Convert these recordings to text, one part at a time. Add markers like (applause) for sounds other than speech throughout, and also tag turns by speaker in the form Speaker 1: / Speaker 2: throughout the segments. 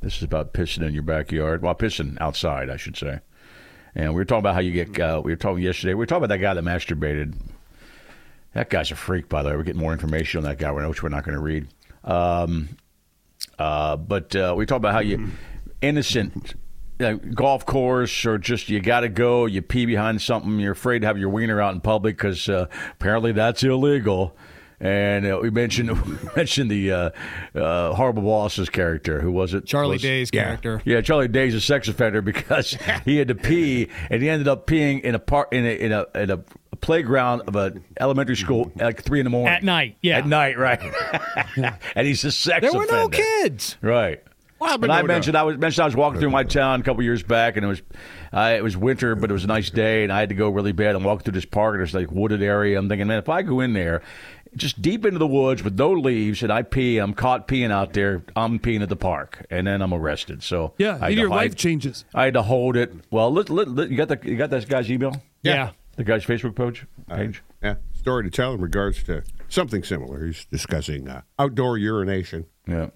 Speaker 1: This is about pissing in your backyard. Well, pissing outside, I should say. And we were talking about how you get. Uh, we were talking yesterday. We were talking about that guy that masturbated. That guy's a freak, by the way. We're getting more information on that guy, which we're not going to read. Um, uh, but uh, we talked about how you innocent uh, golf course or just you got to go. You pee behind something. You're afraid to have your wiener out in public because uh, apparently that's illegal. And uh, we mentioned (laughs) we mentioned the uh, uh, horrible boss's character, who was it?
Speaker 2: Charlie
Speaker 1: was,
Speaker 2: Day's character.
Speaker 1: Yeah, Charlie Day's a sex offender
Speaker 2: (laughs)
Speaker 1: because he had to pee, and he ended up peeing in a part in a in a, in a playground of a elementary school at like three in the morning
Speaker 2: At night, yeah.
Speaker 1: at night, right? (laughs) and he's a sex.
Speaker 2: There were no
Speaker 1: offender.
Speaker 2: kids.
Speaker 1: Right.
Speaker 2: What happened
Speaker 1: And I
Speaker 2: over there?
Speaker 1: mentioned I was mentioned I was walking through my town a couple years back, and it was uh, it was winter, but it was a nice day, and I had to go really bad. I'm walking through this park, and there's like wooded area. I'm thinking, man, if I go in there, just deep into the woods with no leaves, and I pee, I'm caught peeing out there. I'm peeing at the park, and then I'm arrested. So
Speaker 3: Yeah,
Speaker 1: I had to
Speaker 3: your
Speaker 1: hide-
Speaker 3: life changes.
Speaker 1: I had to hold it. Well, let, let, let- you got the you got that guy's email,
Speaker 2: Yeah.
Speaker 1: the guy's Facebook page page.
Speaker 4: Yeah, story to tell in regards to something similar. He's discussing uh, outdoor urination.
Speaker 1: Yeah.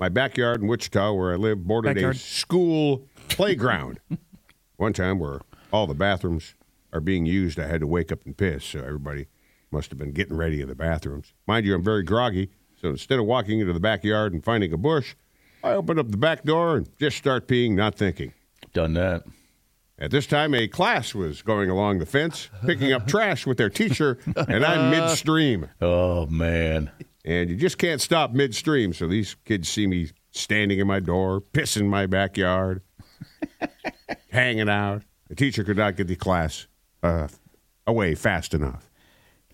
Speaker 4: My backyard in Wichita, where I live, bordered
Speaker 2: Backyard.
Speaker 4: a school playground. (laughs) One time, where all the bathrooms are being used, I had to wake up and piss. So everybody must have been getting ready in the bathrooms. Mind you, I'm very groggy. So instead of walking into the backyard and finding a bush, I open up the back door and just start peeing, not thinking.
Speaker 1: Done that.
Speaker 4: At this time, a class was going along the fence, picking up trash with their teacher, and I'm midstream.
Speaker 1: Oh man.
Speaker 4: And you just can't stop midstream, so these kids see me standing in my door, pissing in my backyard, (laughs) hanging out. The teacher could not get the class uh, away fast enough.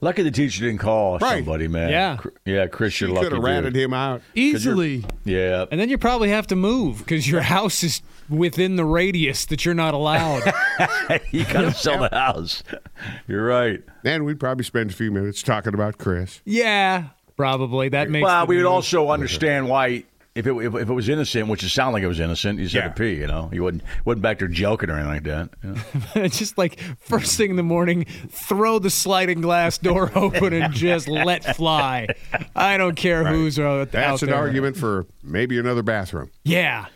Speaker 1: Lucky the teacher didn't call
Speaker 4: Right.
Speaker 1: somebody, man.
Speaker 2: Yeah.
Speaker 1: Cr- yeah, Chris,
Speaker 4: She
Speaker 1: you're lucky.
Speaker 4: could have ratted
Speaker 1: dude.
Speaker 4: him out.
Speaker 3: Easily.
Speaker 1: Yeah,
Speaker 4: (laughs)
Speaker 2: And then you probably have to move because your house is within the radius that you're not
Speaker 3: (laughs)
Speaker 2: allowed.
Speaker 1: you got to sell the house. (laughs) You're right.
Speaker 4: And we'd probably spend a few minutes talking about Chris.
Speaker 2: yeah, probably. That makes
Speaker 1: Well,
Speaker 2: the
Speaker 1: we would
Speaker 2: news.
Speaker 1: also understand why if it if, if it was innocent, which it sounded like it was innocent, you said
Speaker 4: Yeah.
Speaker 1: to pee. You know, you wouldn't wasn't back there joking or anything like that. you know?
Speaker 2: It's (laughs) just like first thing in the morning, throw the sliding glass door (laughs) open and just let fly. I don't care who's out, out
Speaker 4: That's an
Speaker 2: there.
Speaker 4: argument for maybe another bathroom.
Speaker 2: Yeah,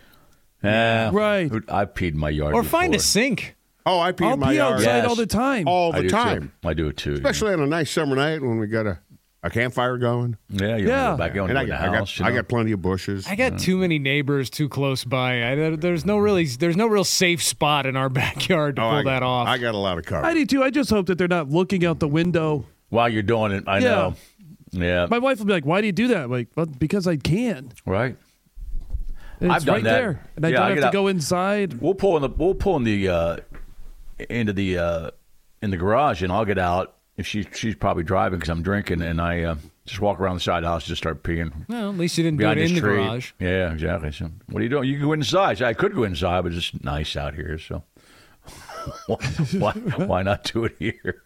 Speaker 1: Yeah.
Speaker 3: Right.
Speaker 1: Dude, I peed in my yard.
Speaker 2: or find a
Speaker 1: before.
Speaker 2: sink.
Speaker 4: Oh, I pee
Speaker 3: I'll
Speaker 4: in my
Speaker 3: pee
Speaker 4: yard
Speaker 3: outside
Speaker 1: Yes.
Speaker 3: all the time.
Speaker 4: all
Speaker 1: I
Speaker 4: the
Speaker 1: do
Speaker 4: time,
Speaker 1: Too. I do it too.
Speaker 4: especially on a nice summer night when we got a, a campfire going.
Speaker 1: Yeah, you
Speaker 3: Yeah.
Speaker 1: Go back you wanna go
Speaker 4: And I
Speaker 1: in the
Speaker 4: got, I
Speaker 1: house.
Speaker 4: got,
Speaker 1: you
Speaker 4: I
Speaker 1: know?
Speaker 4: got plenty of bushes.
Speaker 2: I got too many neighbors too close by. I, there- there's no really, there's no real safe spot in our (laughs) backyard to
Speaker 4: Oh,
Speaker 2: pull
Speaker 4: I,
Speaker 2: that off.
Speaker 4: I got a lot of cover.
Speaker 3: I do too. I just hope that they're not looking out the window.
Speaker 1: while you're doing it, I
Speaker 3: Yeah.
Speaker 1: know. Yeah,
Speaker 3: My wife will be like, "Why do you do that?" I'm like, well, because I can.
Speaker 1: right.
Speaker 3: And
Speaker 1: I've
Speaker 3: it's
Speaker 1: done
Speaker 3: right
Speaker 1: that.
Speaker 3: there, and I
Speaker 1: Yeah,
Speaker 3: don't
Speaker 1: I
Speaker 3: have
Speaker 1: get
Speaker 3: to
Speaker 1: out-
Speaker 3: go inside.
Speaker 1: We'll pull in the we'll pull in the uh, into the uh, in the garage, and I'll get out. If she's she's probably driving because I'm drinking, and I uh, just walk around the side of the house, just start peeing
Speaker 2: well, at least you didn't do it
Speaker 1: behind
Speaker 2: in the
Speaker 1: tree.
Speaker 2: garage.
Speaker 1: Yeah, exactly. So what are you doing? You can go inside. So I could go inside, but it's nice out here, so (laughs) why, why why not do it here?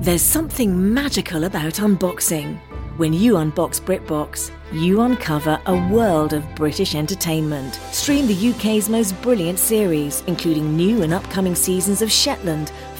Speaker 5: There's something magical about unboxing. When you unbox BritBox, you uncover a world of British entertainment. Stream the UK's most brilliant series, including new and upcoming seasons of Shetland,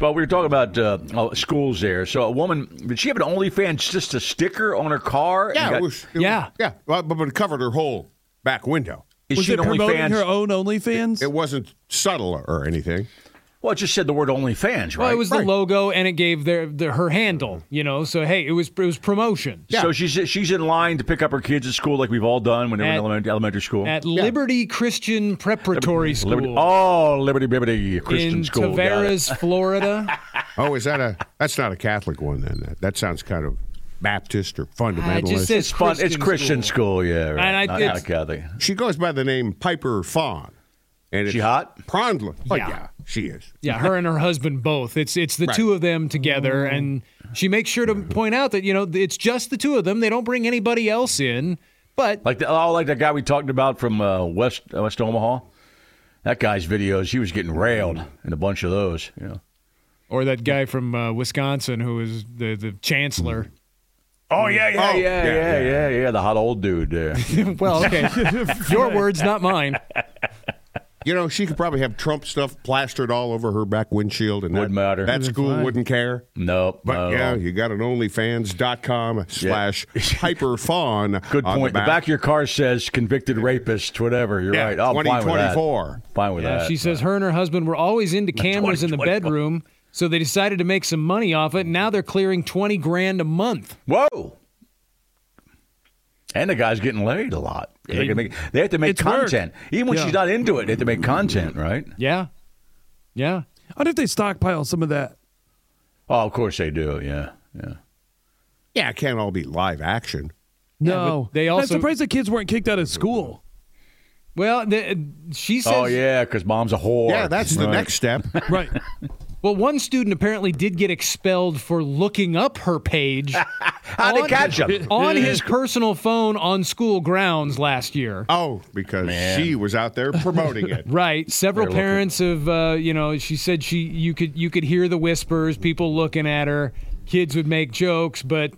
Speaker 1: But we were talking about uh, oh, schools there. So a woman did she have an OnlyFans just a sticker on her car? And
Speaker 4: Yeah,
Speaker 1: got-
Speaker 4: it was, it
Speaker 2: Yeah.
Speaker 4: was- yeah. Well, but, but it covered her whole back window.
Speaker 1: is
Speaker 3: Was
Speaker 1: she
Speaker 3: it
Speaker 1: an
Speaker 3: promoting
Speaker 1: OnlyFans?
Speaker 3: her own OnlyFans?
Speaker 4: It wasn't subtle or anything.
Speaker 1: well, it just said the word OnlyFans, right?
Speaker 2: Well, it was the logo, and it gave their, their her handle. You know, so hey, it was it was promotion
Speaker 1: So she's she's in line to pick up her kids at school, like we've all done when they were in
Speaker 2: At-
Speaker 1: elementary, elementary school.
Speaker 2: at Liberty Christian Preparatory School
Speaker 1: Liberty, oh, Liberty Bibbity Christian
Speaker 2: in
Speaker 1: School. got it.
Speaker 2: Tavares, Florida.
Speaker 4: Oh, is that a? That's not a Catholic one then. That, that sounds kind of Baptist or
Speaker 2: I
Speaker 4: fundamentalist.
Speaker 2: just
Speaker 1: (laughs)
Speaker 2: says
Speaker 1: It's fun. It's Christian
Speaker 2: school.
Speaker 1: school, yeah. Right.
Speaker 2: And I-
Speaker 1: Not-
Speaker 2: it's-
Speaker 1: not Catholic.
Speaker 4: she goes by the name Piper Fawn. And
Speaker 1: She
Speaker 4: it's
Speaker 1: hot?
Speaker 4: Prondtland. Oh,
Speaker 2: Yeah.
Speaker 4: yeah. she is.
Speaker 2: Yeah, her and her husband both. It's it's the two of them together,
Speaker 1: Oh.
Speaker 2: and she makes sure to point out that you know it's just the two of them. They don't bring anybody else in. But
Speaker 1: Like the, oh, like that guy we talked about from uh, West uh, West Omaha. That guy's videos, he was getting railed in a bunch of those. You know.
Speaker 2: or that guy from uh, Wisconsin who was the the
Speaker 1: (laughs)
Speaker 2: chancellor.
Speaker 1: Oh yeah, yeah,
Speaker 4: Oh,
Speaker 1: yeah,
Speaker 4: yeah,
Speaker 1: yeah, yeah, yeah. The hot old dude
Speaker 2: (laughs)
Speaker 1: there.
Speaker 2: well, okay, your words, not mine.
Speaker 4: You know, she could probably have Trump stuff plastered all over her back windshield and
Speaker 1: Wouldn't
Speaker 4: that,
Speaker 1: matter.
Speaker 4: That school wouldn't care.
Speaker 1: nope. uh,
Speaker 4: But
Speaker 1: not at
Speaker 4: yeah,
Speaker 1: all.
Speaker 4: you got an OnlyFans.com slash Piper Fawn.
Speaker 1: (laughs) Good
Speaker 4: on
Speaker 1: point. The back. of your car says convicted rapist, whatever. You're
Speaker 4: Yeah,
Speaker 1: right. Oh, I'm fine with that.
Speaker 4: 2024.
Speaker 1: Fine with
Speaker 2: Yeah,
Speaker 1: that.
Speaker 2: she says her and her husband were always into cameras in the bedroom, so they decided to make some money off it. Now they're clearing twenty grand a month.
Speaker 1: Whoa. And the guy's getting laid a lot. They, can make- they have to make
Speaker 3: It's work.
Speaker 1: content. Even when
Speaker 3: Yeah.
Speaker 1: she's not into it, they have to make content, right?
Speaker 2: Yeah, yeah.
Speaker 3: I wonder if they stockpile some of that.
Speaker 1: Oh, of course they do. Yeah. Yeah.
Speaker 4: Yeah, it can't all be live action.
Speaker 3: No,
Speaker 2: but they
Speaker 3: I'm
Speaker 2: also-
Speaker 3: surprised the kids weren't kicked out of school.
Speaker 2: Well, the, she says.
Speaker 1: Oh, yeah, because mom's a whore.
Speaker 4: yeah, that's the
Speaker 1: Right.
Speaker 4: next step.
Speaker 3: Right.
Speaker 2: Well, one student apparently did get expelled for looking up her page
Speaker 1: How'd (laughs) they
Speaker 2: on-
Speaker 1: catch
Speaker 4: (laughs)
Speaker 1: him? (laughs)
Speaker 2: on his personal phone on school grounds last year.
Speaker 4: Oh, because she was out there promoting it.
Speaker 2: Right, several parents have, uh, you know, she said she you could you could hear the whispers, people looking at her, kids would make jokes, but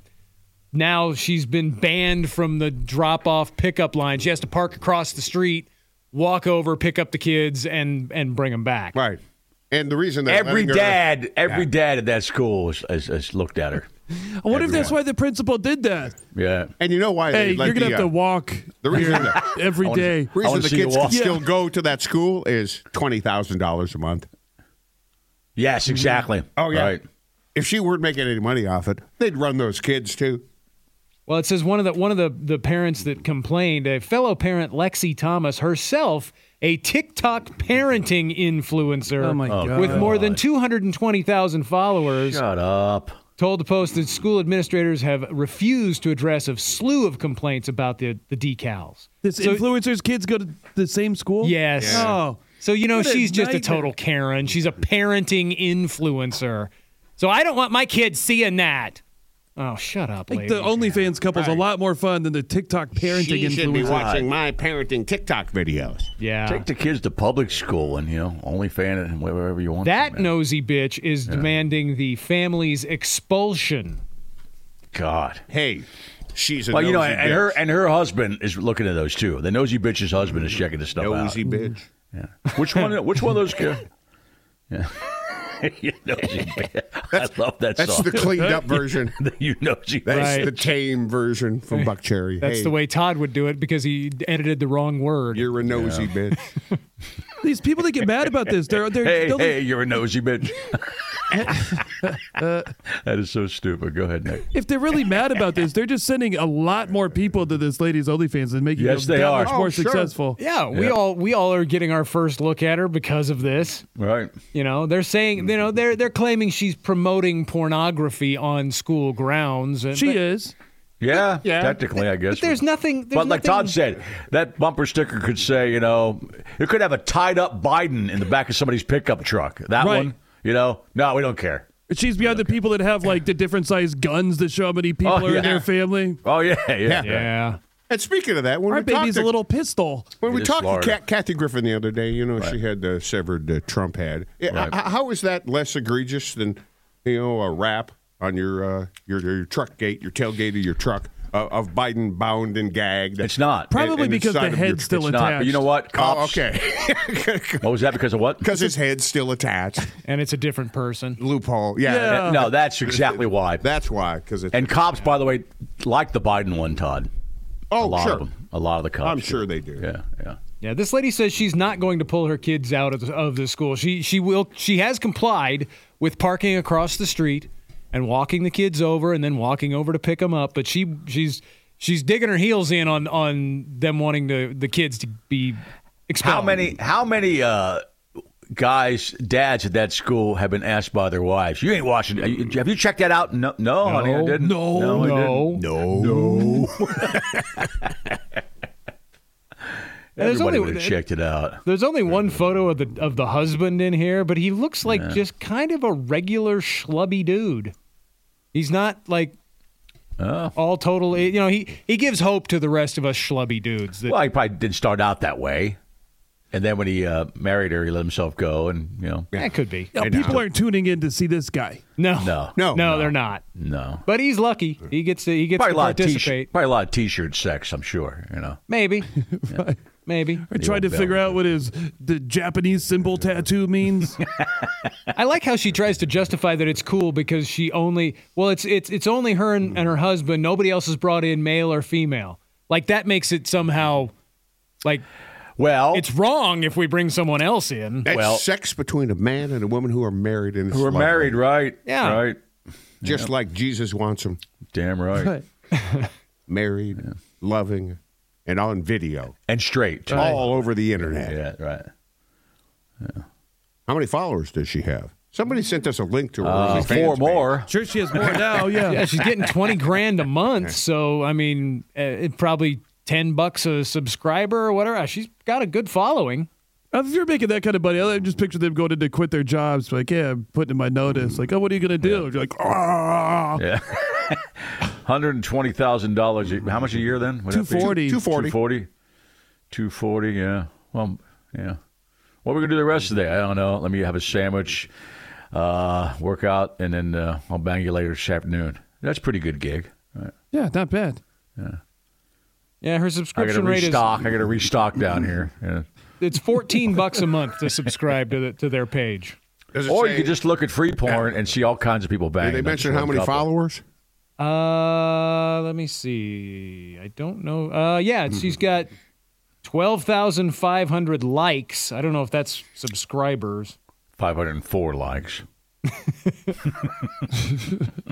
Speaker 2: now she's been banned from the drop-off pickup line. She has to park across the street, walk over, pick up the kids, and and bring them back.
Speaker 4: Right. And the reason that
Speaker 1: Every
Speaker 4: letting her-
Speaker 1: dad, every dad at that school has, has, has looked at her.
Speaker 3: I wonder if that's why the principal did that.
Speaker 1: Yeah.
Speaker 4: And you know why
Speaker 3: Hey,
Speaker 4: they let
Speaker 3: you're gonna
Speaker 4: the,
Speaker 3: have to
Speaker 4: uh,
Speaker 3: walk
Speaker 4: The reason that
Speaker 3: (laughs) every day.
Speaker 1: I
Speaker 4: reason
Speaker 1: wanna
Speaker 4: the
Speaker 1: see you
Speaker 4: kids
Speaker 1: walk.
Speaker 4: can still go to that school is twenty thousand dollars a month.
Speaker 1: Yes, exactly.
Speaker 4: Oh, yeah.
Speaker 1: Right.
Speaker 4: If she weren't making any money off it, they'd run those kids too.
Speaker 2: Well, it says one of the one of the, the parents that complained, a fellow parent Lexi Thomas herself, a TikTok parenting influencer
Speaker 3: Oh, my God.
Speaker 2: with more than 220,000 followers,
Speaker 1: Shut up.
Speaker 2: told the Post that school administrators have refused to address a slew of complaints about the, the decals.
Speaker 3: This influencer's kids go to the same school?
Speaker 2: Yes.
Speaker 3: Oh.
Speaker 2: So you know
Speaker 3: What a
Speaker 2: she's just a
Speaker 3: nightmare.
Speaker 2: total Karen. She's a parenting influencer. So I don't want my kids seeing that. Oh, shut up,
Speaker 3: Like
Speaker 2: lady.
Speaker 3: the OnlyFans couple's a lot more fun than the TikTok parenting influencer.
Speaker 4: my parenting TikTok videos.
Speaker 2: yeah.
Speaker 1: Take the kids to public school and, you know, only fan it and wherever you want.
Speaker 2: That
Speaker 1: them, man.
Speaker 2: nosy bitch is demanding the family's expulsion.
Speaker 1: God.
Speaker 4: Hey, she's a
Speaker 1: Well, you know,
Speaker 4: nosy
Speaker 1: and and
Speaker 4: bitch.
Speaker 1: her and her husband is looking at those too. The nosy bitch's husband is checking this stuff
Speaker 4: nosy bitch.
Speaker 1: out. Yeah. Which one? Which one of those? ki- Yeah. (laughs) you nosy bitch. I love that
Speaker 4: That's
Speaker 1: song.
Speaker 4: the cleaned up version.
Speaker 1: (laughs) you nosy. bitch.
Speaker 4: That's
Speaker 2: Right.
Speaker 4: the tame version from Buck Cherry.
Speaker 2: That's
Speaker 4: hey,
Speaker 2: the way Todd would do it because he edited the wrong word.
Speaker 4: You're a nosy bitch.
Speaker 3: These people that get mad about this, they're
Speaker 1: (laughs)
Speaker 3: they're,
Speaker 1: Hey,
Speaker 3: they're like-
Speaker 1: hey, you're a nosy bitch. (laughs) that is so stupid. Go ahead, Nick.
Speaker 3: if they're really mad about this, they're just sending a lot more people to this lady's OnlyFans and making
Speaker 1: Yes,
Speaker 3: them
Speaker 1: they
Speaker 3: that
Speaker 1: are.
Speaker 3: much
Speaker 1: Oh,
Speaker 3: more
Speaker 4: sure.
Speaker 3: successful.
Speaker 2: yeah, we all we all are getting our first look at her because of this.
Speaker 1: Right.
Speaker 2: You know, they're saying, you
Speaker 1: Mm-hmm.
Speaker 2: know, they're they're claiming she's promoting pornography on school grounds. And,
Speaker 3: She
Speaker 2: but,
Speaker 3: is.
Speaker 1: Yeah. Technically, I guess.
Speaker 2: but there's nothing. There's
Speaker 1: but like
Speaker 2: nothing-
Speaker 1: Todd said, that bumper sticker could say, you know, it could have a tied up Biden in the back of somebody's pickup truck. That
Speaker 3: Right.
Speaker 1: one, you know, no, we don't care.
Speaker 3: She's beyond the people that have like the different size guns that show how many people
Speaker 1: Oh,
Speaker 3: are
Speaker 1: yeah.
Speaker 3: in their family.
Speaker 1: Oh yeah, yeah.
Speaker 2: yeah,
Speaker 4: and speaking of that, when
Speaker 3: Our
Speaker 4: we talked
Speaker 3: baby's
Speaker 4: to,
Speaker 3: a little pistol.
Speaker 4: when we
Speaker 1: It is
Speaker 4: talked
Speaker 1: Florida.
Speaker 4: to Kat, Kathy Griffin the other day, you know, she had the severed uh, Trump head. Yeah, h- how is that less egregious than you know a rap on your uh, your your truck gate, your tailgate of your truck? uh, of Biden bound and gagged.
Speaker 1: It's not.
Speaker 3: Probably
Speaker 4: And- and
Speaker 3: because the
Speaker 4: inside of your-
Speaker 3: head's still
Speaker 1: it's
Speaker 3: attached.
Speaker 1: not. But you know what?
Speaker 4: Oh,
Speaker 1: Cops.
Speaker 4: okay. (laughs)
Speaker 1: What was that? Because of what?
Speaker 4: Because his head's still attached.
Speaker 2: and it's a different person.
Speaker 4: Loophole. Yeah.
Speaker 3: Yeah.
Speaker 2: Oh.
Speaker 4: that-
Speaker 1: No, that's exactly why.
Speaker 4: that's why. Because it's.
Speaker 1: And cops, by the way, like the Biden one, Todd. a
Speaker 4: oh,
Speaker 1: lot
Speaker 4: sure.
Speaker 1: of them. A lot of the cops.
Speaker 4: I'm
Speaker 1: do.
Speaker 4: sure they do.
Speaker 1: Yeah, yeah.
Speaker 2: Yeah, this lady says she's not going to pull her kids out of the, of the school. She she will she has complied with parking across the street and walking the kids over and then walking over to pick them up, but she she's she's digging her heels in on on them wanting to the kids to be expelled.
Speaker 1: How many? How many? uh Guys, dads at that school have been asked by their wives, "You ain't watching. Have you checked that out?" No, no, honey, I didn't.
Speaker 2: No,
Speaker 1: I
Speaker 2: no.
Speaker 1: didn't.
Speaker 4: No.
Speaker 2: There's
Speaker 1: Everybody
Speaker 2: only-
Speaker 1: would have checked it out.
Speaker 2: There's only one photo of the of the husband in here, but he looks like just kind of a regular schlubby dude. He's not like
Speaker 1: Oh.
Speaker 2: all total. You know, he he gives hope to the rest of us schlubby dudes. That,
Speaker 1: Well, he probably didn't start out that way, and then when he uh, married her, he let himself go, and you know,
Speaker 2: that eh, could be.
Speaker 3: No, people aren't tuning in to see this guy.
Speaker 2: No,
Speaker 1: No.
Speaker 4: No.
Speaker 2: no, they're not.
Speaker 1: no,
Speaker 2: But he's lucky. He gets to he gets
Speaker 1: probably a
Speaker 2: to
Speaker 1: lot of
Speaker 2: participate.
Speaker 1: t-shirt, probably a lot of t-shirt sex. I'm sure, you know. (laughs)
Speaker 2: Maybe, maybe.
Speaker 3: I tried to
Speaker 1: old
Speaker 3: figure
Speaker 1: bell.
Speaker 3: out what his the Japanese symbol
Speaker 1: (laughs)
Speaker 3: tattoo means.
Speaker 2: I like how she tries to justify that it's cool because she only well it's it's it's only her and, and her husband. Nobody else has brought in male or female. Like that makes it somehow like
Speaker 1: Well,
Speaker 2: it's wrong if we bring someone else in.
Speaker 4: That's
Speaker 1: Well-
Speaker 4: sex between a man and a woman who are married and
Speaker 1: who are married, right?
Speaker 2: Yeah.
Speaker 1: right.
Speaker 4: just like Jesus wants them
Speaker 1: Damn right.
Speaker 4: married, loving, and on video
Speaker 1: And straight. too.
Speaker 4: all over the internet.
Speaker 1: Yeah, right.
Speaker 4: How many followers does she have? Somebody sent us a link to her.
Speaker 1: Uh,
Speaker 4: OnlyFans
Speaker 1: four
Speaker 4: page.
Speaker 1: more.
Speaker 3: Sure, she has more now. Yeah.
Speaker 2: Yeah, she's getting twenty grand a month. So I mean, uh, it probably ten bucks a subscriber or whatever. Ah, She's got a good following.
Speaker 3: If you're making that kind of money, I just picture them going in to quit their jobs. Like, yeah, I'm putting in my notice. Like, oh, what are you gonna do? You're like, ah,
Speaker 1: Hundred and twenty thousand dollars. How much a year then? Would that be?
Speaker 3: 240.
Speaker 4: 240.
Speaker 1: 240. 240, Yeah. Well, yeah. What are we gonna do the rest of the day? I don't know. Let me have a sandwich, uh, work out, and then uh, I'll bang you later this afternoon. That's a pretty good gig.
Speaker 3: yeah, not bad.
Speaker 1: I
Speaker 2: Yeah, her
Speaker 1: got to
Speaker 2: subscription rate is
Speaker 1: restock. I got to restock down here. Yeah.
Speaker 2: it's fourteen bucks a month to subscribe to the, to their page.
Speaker 4: Does it
Speaker 1: Or
Speaker 4: say-
Speaker 1: you could just look at free porn and see all kinds of people banging.
Speaker 4: Did they
Speaker 1: That's
Speaker 4: mention how
Speaker 1: one
Speaker 4: many
Speaker 1: couple. (laughs)
Speaker 4: followers?
Speaker 2: Uh, let me see. I don't know. Uh, yeah, she's got twelve thousand five hundred likes. I don't know if that's subscribers,
Speaker 1: 504 likes.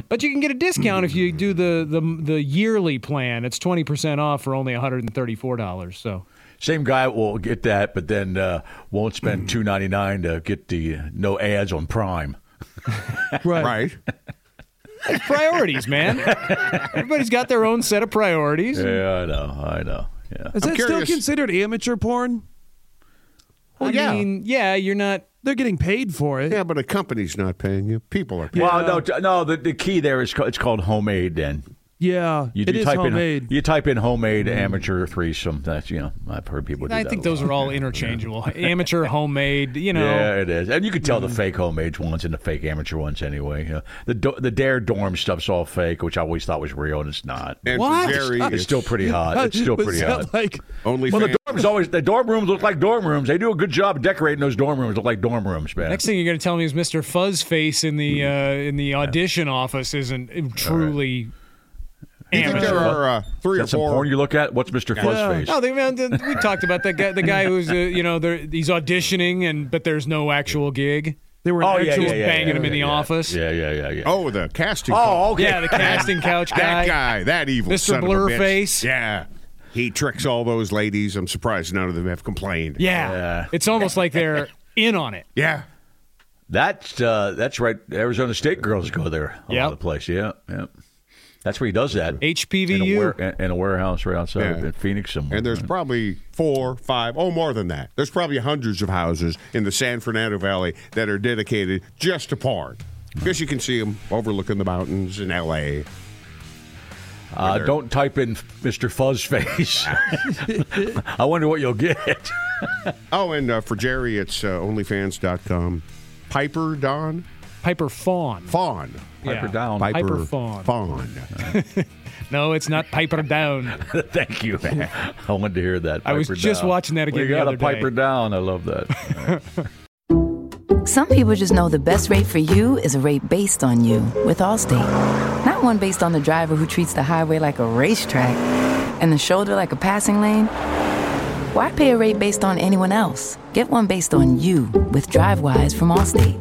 Speaker 2: but you can get a discount if you do the the the yearly plan. It's twenty percent off for only one hundred and thirty four dollars. So
Speaker 1: Same guy will get that, but then uh, won't spend two ninety nine to get the uh, no ads on Prime.
Speaker 3: Right.
Speaker 4: Right.
Speaker 2: priorities, man. Everybody's got their own set of priorities.
Speaker 1: Yeah, I know, I know. Yeah,
Speaker 3: Is
Speaker 4: I'm
Speaker 3: that
Speaker 4: curious.
Speaker 3: still considered amateur porn?
Speaker 2: I
Speaker 4: yeah.
Speaker 2: mean, yeah, you're not.
Speaker 3: They're getting paid for it.
Speaker 4: Yeah, but a company's not paying you. People are paying.
Speaker 1: Well, no, t- no. The, the key there is ca- it's called homemade. Then
Speaker 3: Yeah,
Speaker 1: you,
Speaker 3: it
Speaker 1: you
Speaker 3: is
Speaker 1: type
Speaker 3: homemade.
Speaker 1: in you type in homemade amateur threesome. That's you know I've heard people. Do
Speaker 2: I
Speaker 1: that
Speaker 2: think
Speaker 1: a
Speaker 2: those
Speaker 1: lot.
Speaker 2: are all interchangeable. Amateur, homemade. You know.
Speaker 1: Yeah, it is, and you can tell the fake homemade ones and the fake amateur ones anyway. Yeah. The do- the dare dorm stuff's all fake, which I always thought was real, and it's not.
Speaker 4: And
Speaker 3: What?
Speaker 4: Very,
Speaker 1: It's still pretty hot.
Speaker 3: (laughs)
Speaker 1: It's still
Speaker 3: Was
Speaker 1: pretty
Speaker 3: that
Speaker 1: hot.
Speaker 3: Like,
Speaker 4: only
Speaker 1: Well, the dorms always the dorm rooms look like dorm rooms. They do a good job of decorating those dorm rooms. Look like dorm rooms, man.
Speaker 2: Next thing you're going to tell me is Mr. Fuzzface in the uh, in the audition office isn't truly
Speaker 4: I think
Speaker 2: amateur.
Speaker 4: there are uh, three
Speaker 1: Is
Speaker 4: or
Speaker 1: that some
Speaker 4: four.
Speaker 1: porn you look at? What's Mr. Fuzzface?
Speaker 2: No, they, man, the- we talked about that guy. The guy who's uh, you know there- he's auditioning and but there's no actual gig.
Speaker 3: they were an
Speaker 1: Oh, yeah,
Speaker 3: actual
Speaker 1: yeah,
Speaker 2: Just
Speaker 1: yeah,
Speaker 2: banging
Speaker 1: yeah,
Speaker 2: him in the
Speaker 1: yeah, yeah.
Speaker 2: office.
Speaker 1: Yeah, yeah, yeah, yeah.
Speaker 4: oh, the casting. call.
Speaker 1: Oh, okay.
Speaker 2: Yeah, the casting couch
Speaker 4: that
Speaker 2: guy.
Speaker 4: guy, that evil
Speaker 2: Mr.
Speaker 4: son of a bitch.
Speaker 2: Blurface.
Speaker 4: Yeah, he tricks all those ladies. I'm surprised none of them have complained.
Speaker 2: Yeah.
Speaker 1: Yeah.
Speaker 2: it's almost like they're in on it.
Speaker 4: yeah.
Speaker 1: That's uh, that's right. Arizona State girls go there all
Speaker 2: Yep.
Speaker 1: over the place. Yeah, yeah. That's where he does that. in a,
Speaker 2: HPVU.
Speaker 1: ware- in a warehouse right outside
Speaker 4: Yeah.
Speaker 1: in Phoenix somewhere.
Speaker 4: And there's probably four, five, oh, more than that. There's probably hundreds of houses in the San Fernando Valley that are dedicated just to porn. Because you can see them overlooking the mountains in L.A.
Speaker 1: uh, don't type in Mr.
Speaker 2: (laughs)
Speaker 1: Fuzzface. I wonder what you'll get.
Speaker 4: Oh, and uh, for Jerry, it's uh, OnlyFans.com. Piper Don
Speaker 2: Piper Fawn.
Speaker 4: Fawn.
Speaker 2: Yeah.
Speaker 1: Piper down.
Speaker 4: Piper
Speaker 2: Fawn.
Speaker 4: Fawn.
Speaker 2: No, it's not Piper Down.
Speaker 1: (laughs) Thank you. man. I wanted to hear that.
Speaker 2: I was
Speaker 1: Piper
Speaker 2: just
Speaker 1: down.
Speaker 2: watching that again
Speaker 1: We
Speaker 2: the
Speaker 1: got
Speaker 2: other
Speaker 1: a Piper
Speaker 2: day.
Speaker 1: down. I love that.
Speaker 6: Some people just know the best rate for you is a rate based on you with Allstate. Not one based on the driver who treats the highway like a racetrack and the shoulder like a passing lane. Why pay a rate based on anyone else? Get one based on you with DriveWise from Allstate.